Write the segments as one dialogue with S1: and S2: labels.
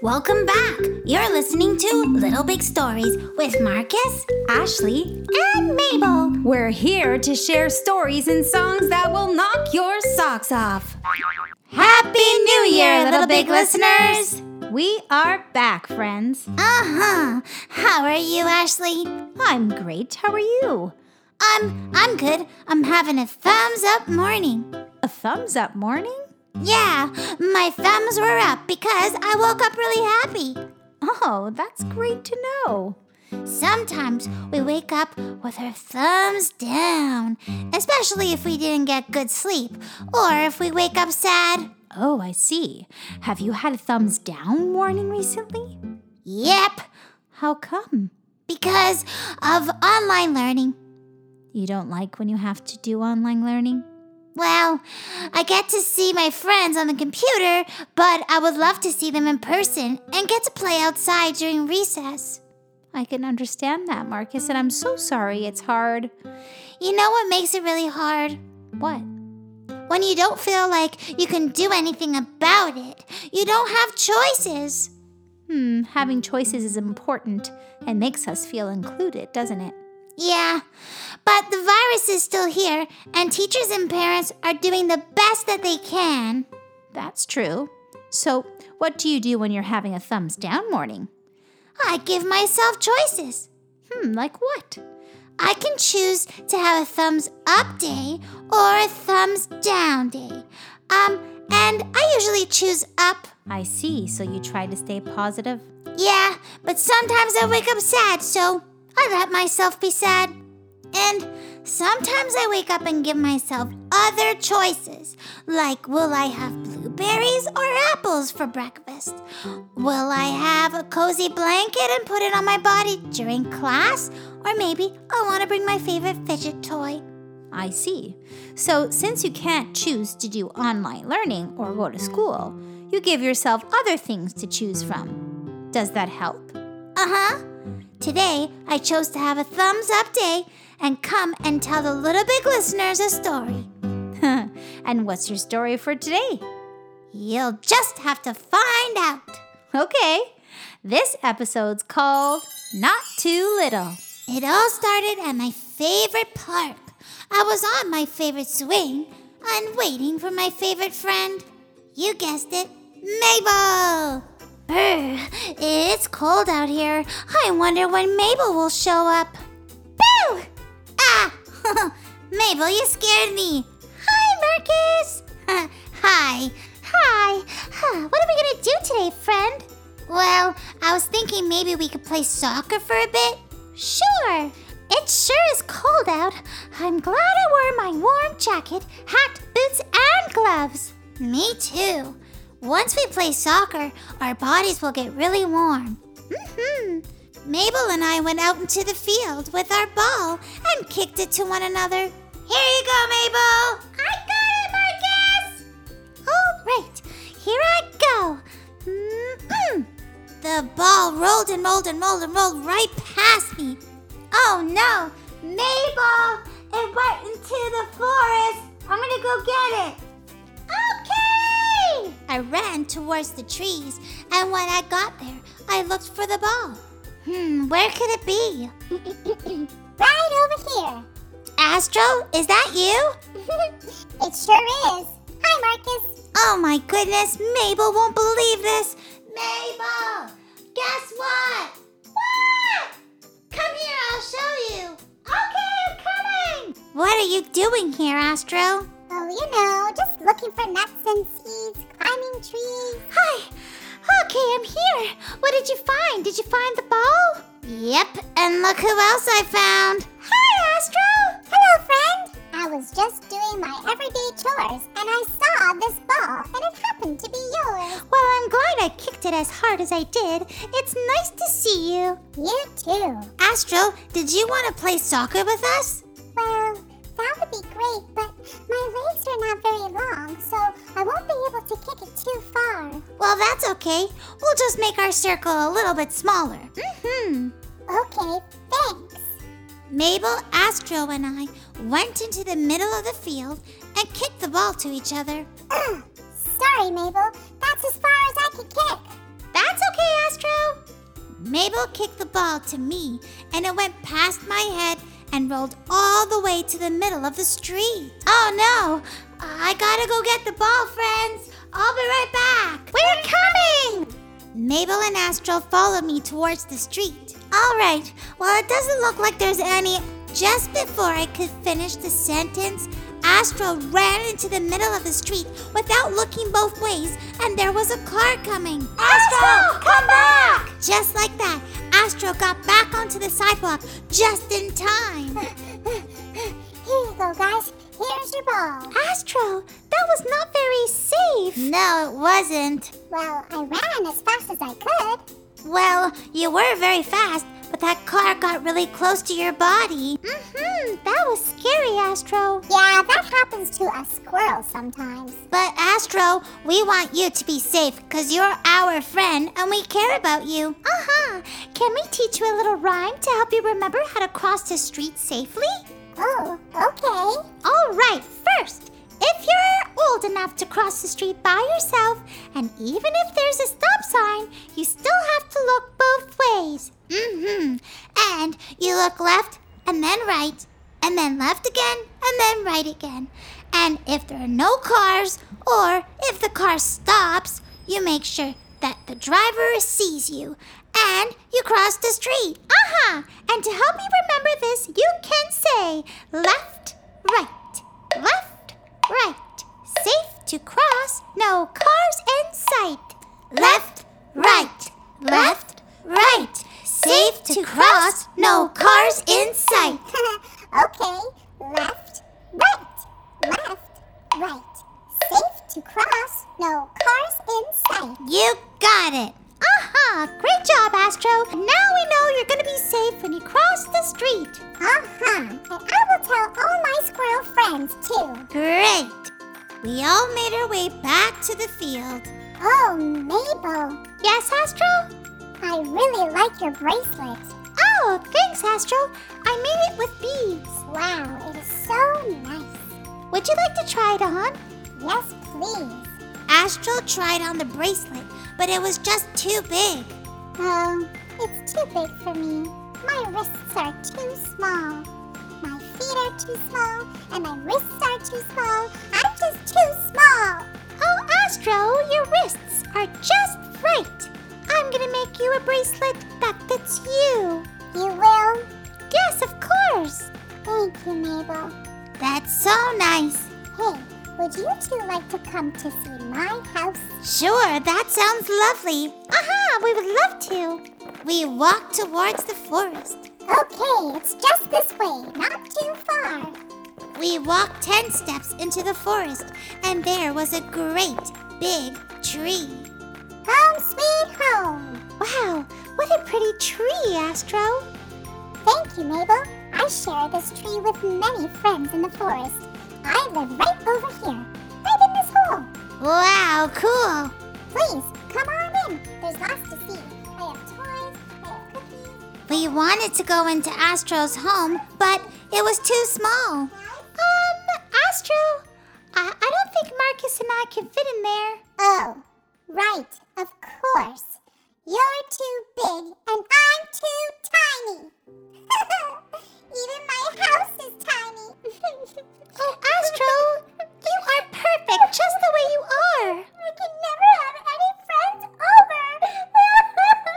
S1: Welcome back. You're listening to Little Big Stories with Marcus, Ashley, and Mabel.
S2: We're here to share stories and songs that will knock your socks off.
S1: Happy New Year, Little Big Listeners!
S2: We are back, friends.
S1: Uh huh. How are you, Ashley?
S2: I'm great. How are you?
S1: Um, I'm good. I'm having a thumbs up morning.
S2: A thumbs up morning?
S1: Yeah, my thumbs were up because I woke up really happy.
S2: Oh, that's great to know.
S1: Sometimes we wake up with our thumbs down, especially if we didn't get good sleep or if we wake up sad.
S2: Oh, I see. Have you had a thumbs down warning recently?
S1: Yep,
S2: How come?
S1: because of online learning.
S2: You don't like when you have to do online learning?
S1: Well, I get to see my friends on the computer, but I would love to see them in person and get to play outside during recess.
S2: I can understand that, Marcus, and I'm so sorry it's hard.
S1: You know what makes it really hard?
S2: What?
S1: When you don't feel like you can do anything about it, you don't have choices.
S2: Hmm, having choices is important and makes us feel included, doesn't it?
S1: Yeah, but the virus is still here, and teachers and parents are doing the best that they can.
S2: That's true. So, what do you do when you're having a thumbs down morning?
S1: I give myself choices.
S2: Hmm, like what?
S1: I can choose to have a thumbs up day or a thumbs down day. Um, and I usually choose up.
S2: I see, so you try to stay positive?
S1: Yeah, but sometimes I wake up sad, so I let myself be sad. And sometimes I wake up and give myself other choices, like will I have blueberries or apples for breakfast? Will I have a cozy blanket and put it on my body during class? Or maybe I want to bring my favorite fidget toy.
S2: I see. So, since you can't choose to do online learning or go to school, you give yourself other things to choose from. Does that help?
S1: Uh huh. Today, I chose to have a thumbs up day and come and tell the little big listeners a story.
S2: and what's your story for today?
S1: You'll just have to find out.
S2: Okay, this episode's called Not Too Little.
S1: It all started at my favorite park. I was on my favorite swing and waiting for my favorite friend. You guessed it, Mabel! Brr, it's cold out here. I wonder when Mabel will show up. Boo! Ah! Mabel, you scared me. Hi, Marcus! Hi. Hi. Huh, What are we gonna do today, friend? Well, I was thinking maybe we could play soccer for a bit. Sure. It sure is cold out. I'm glad I wore my warm jacket, hat, boots, and gloves. Me too. Once we play soccer, our bodies will get really warm. hmm Mabel and I went out into the field with our ball and kicked it to one another. Here you go, Mabel! I got it, Marcus! All right, here I go. Mm-mm. The ball rolled and rolled and rolled and rolled right past me. Oh no! Mabel! It went into the forest! I'm gonna go get it! Okay! I ran towards the trees, and when I got there, I looked for the ball. Hmm, where could it be? right over here. Astro, is that you? it sure is. Hi, Marcus. Oh my goodness, Mabel won't believe this. Mabel, guess what? What? Come here, I'll show you. Okay, I'm coming. What are you doing here, Astro?
S3: Oh, you know, just looking for nuts and seeds, climbing trees.
S1: Hi. Okay, I'm here. What did you find? Did you find the ball? Yep, and look who else I found. Hi, Astro. Hello, friend.
S3: I was just doing my everyday chores and I saw this ball and it happened to be yours.
S1: Well, I'm glad I kicked it as hard as I did. It's nice to see you.
S3: You too.
S1: Astro, did you want to play soccer with us?
S3: Well, that would be great, but my legs are not very long, so I won't be able to kick it too far.
S1: Well, that's okay. We'll just make our circle a little bit smaller. hmm
S3: Okay, thanks.
S1: Mabel, Astro, and I went into the middle of the field and kicked the ball to each other.
S3: Ugh, sorry, Mabel. That's as far as I could kick.
S1: That's okay, Mabel kicked the ball to me, and it went past my head and rolled all the way to the middle of the street. Oh no! I gotta go get the ball, friends! I'll be right back! We're coming! Mabel and Astro followed me towards the street. All right, well, it doesn't look like there's any. Just before I could finish the sentence, Astro ran into the middle of the street without looking both ways, and there was a car coming. Astro, come back! Just like that, Astro got back onto the sidewalk just in time.
S3: Here you go, guys. Here's your ball.
S1: Astro, that was not very safe. No, it wasn't.
S3: Well, I ran as fast as I could.
S1: Well, you were very fast, but that car got really close to your body. Mm-hmm. That was scary, Astro.
S3: Yeah, that happens to a squirrel sometimes.
S1: But Astro, we want you to be safe because you're our friend and we care about you. Uh-huh. Can we teach you a little rhyme to help you remember how to cross the street safely?
S3: Oh, okay.
S1: All right, first, if you're old enough to cross the street by yourself, and even if there's a stop sign, you still have to look both ways. Mm-hmm. And you look left and then right, and then left again, and then right again. And if there are no cars, or if the car stops, you make sure that the driver sees you and you cross the street. Aha! And to help me remember this, you can say left, right, left, right. Safe to cross, no cars in sight. Left, right, left, right. Safe to cross, no cars in sight.
S3: okay, left, right, left, right. Safe to cross, no cars in sight.
S1: You got it. Aha! Uh-huh. Great job, Astro. Now we know you're gonna be safe when you cross the street.
S3: Uh-huh. And I will tell all my squirrel friends too.
S1: Great. We all made our way back to the field.
S3: Oh, Mabel,
S1: Yes, Astro?
S3: I really like your bracelet.
S1: Oh, thanks, Astro. I made it with beads.
S3: Wow, it is so nice.
S1: Would you like to try it on?
S3: Yes, please.
S1: Astro tried on the bracelet, but it was just too big.
S3: Oh, it's too big for me. My wrists are too small. My feet are too small, and my wrists are too small. I'm just too small.
S1: Oh, Astro, your wrists are just right. I'm gonna make you a bracelet that fits you.
S3: You will?
S1: Yes, of course.
S3: Thank you, Mabel.
S1: That's so nice.
S3: Hey, would you two like to come to see my house?
S1: Sure, that sounds lovely. Aha, we would love to. We walked towards the forest.
S3: Okay, it's just this way, not too far.
S1: We walked 10 steps into the forest, and there was a great big tree.
S3: Home sweet home.
S1: Wow, what a pretty tree, Astro.
S3: Thank you, Mabel. I share this tree with many friends in the forest. I live right over here, right in this hole.
S1: Wow, cool.
S3: Please, come on in. There's lots to see. I have toys, I have cookies.
S1: We wanted to go into Astro's home, but it was too small. Um, Astro, I, I don't think Marcus and I can fit in there.
S3: Oh, right, of course. You're too big and I'm too tiny. Even my house is tiny.
S1: Oh, Astro, you are perfect just the way you are.
S3: I can never have any friends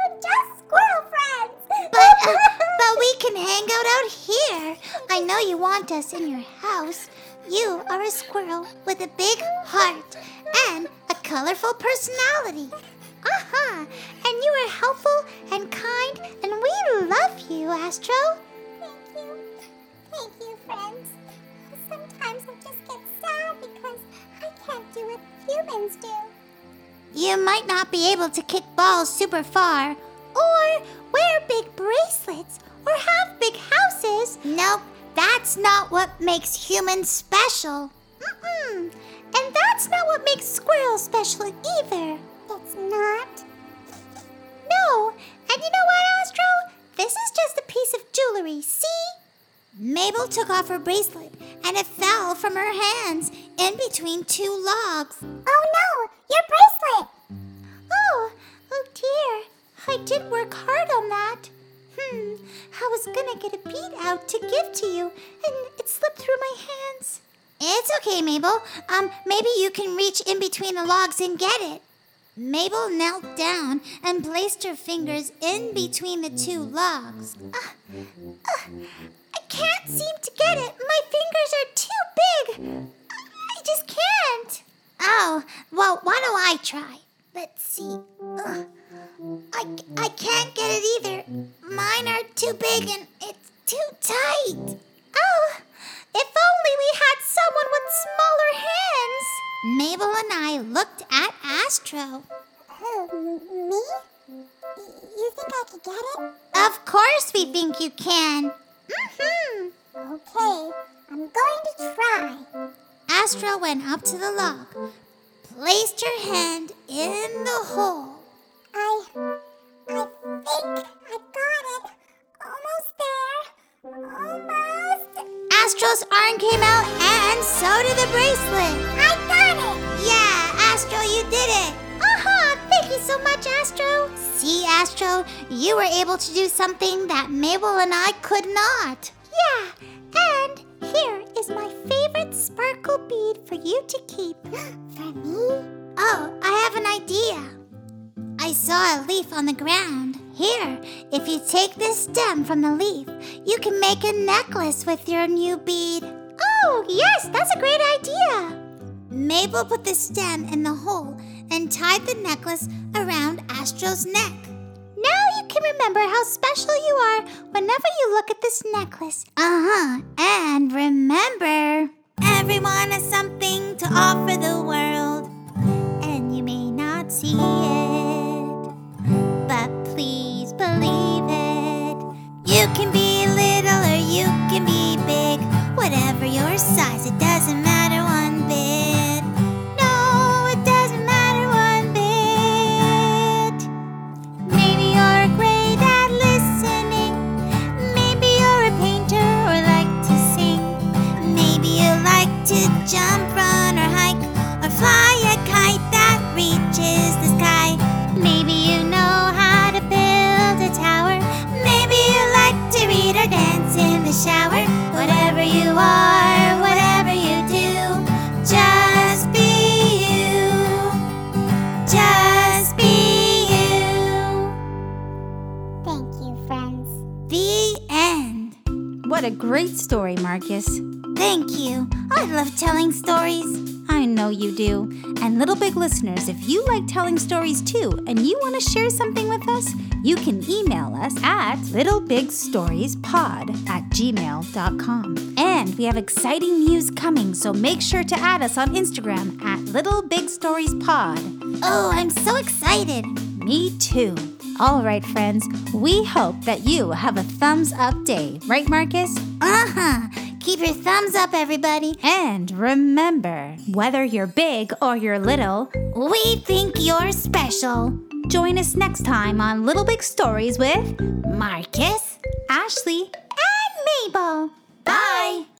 S3: over. Just squirrel friends.
S1: But, uh, but we can hang out out here. I know you want us in your house. You are a squirrel with a big heart and a colorful personality. Aha! And you are helpful and kind, and we love you, Astro.
S3: Thank you. Thank you, friends. Sometimes I just get sad because I can't do what humans do.
S1: You might not be able to kick balls super far, or wear big bracelets, or have big houses. Nope, that's not what makes humans special. Mm-mm. And that's not what makes squirrels special either.
S3: It's not.
S1: No, and you know what, Astro? This is just a piece of jewelry, see? Mabel took off her bracelet, and it fell from her hands in between two logs.
S3: Oh no, your bracelet!
S1: Oh, oh dear. I did work hard on that. Hmm,
S2: I was gonna get a bead out to give to you, and it slipped through my hands.
S1: It's okay, Mabel. Um, maybe you can reach in between the logs and get it. Mabel knelt down and placed her fingers in between the two logs. Ah,
S3: I can't seem to get it. My fingers are too big. I just can't.
S1: Oh, well, why don't I try? Let's see. Ugh. I, I can't get it either. Mine are too big and it's too tight. Oh, if only we had someone with smaller hands. Mabel and I looked at Astro.
S3: Who, m- me? Y- You think I could get it?
S1: Of course, we think you can. hmm
S3: Okay, I'm going to try.
S1: Astro went up to the log, placed her hand in the hole.
S3: I, I think I got it. Almost there. Almost.
S1: Astro's arm came out, and so did the bracelet.
S3: I got it.
S1: Yeah, Astro, you did it.
S2: Uh-huh.
S1: Aha! Thank you so much, Astro. See, Astro, you were able to do something that Mabel and I could not.
S2: Yeah, and here is my favorite sparkle bead for you to keep.
S3: For me?
S1: Oh, I have an idea. I saw a leaf on the ground. Here, if you take this stem from the leaf, you can make a necklace with your new bead. Oh, yes, that's a great idea. Mabel put the stem in the hole and tied the necklace around Astro's neck. Now you can remember how special you are whenever you look at this necklace. Uh huh. And remember, everyone has something to offer the world and you may not see it, but please believe it. You can be little or you can be big, whatever your size, it doesn't matter one bit. No, it doesn't matter one bit. Maybe you're great at listening, maybe you're a painter or like to sing, maybe you like to jump, run, or hike or fly a kite that reaches the sky. Maybe you know how to build a tower. Maybe you like to read or dance in the shower. Whatever you are, whatever you do, just be you. Just be you.
S3: Thank you, friends.
S1: The end.
S2: What a great story, Marcus.
S1: Thank you. I love telling stories.
S2: I know you do. And little big listeners, if you like telling stories too and you want to share something with us, you can email us at littlebigsstoriespod at gmail.com. And we have exciting news coming, so make sure to add us on Instagram at littlebigsstoriespod.
S1: Oh, I'm so excited.
S2: Me too. All right, friends, we hope that you have a thumbs up day, right, Marcus?
S1: Uh huh. Keep your thumbs up, everybody.
S2: And remember, whether you're big or you're little,
S1: We think you're special.
S2: Join us next time on Little Big Stories with
S1: Marcus
S2: Ashley
S1: and Mabel. Bye.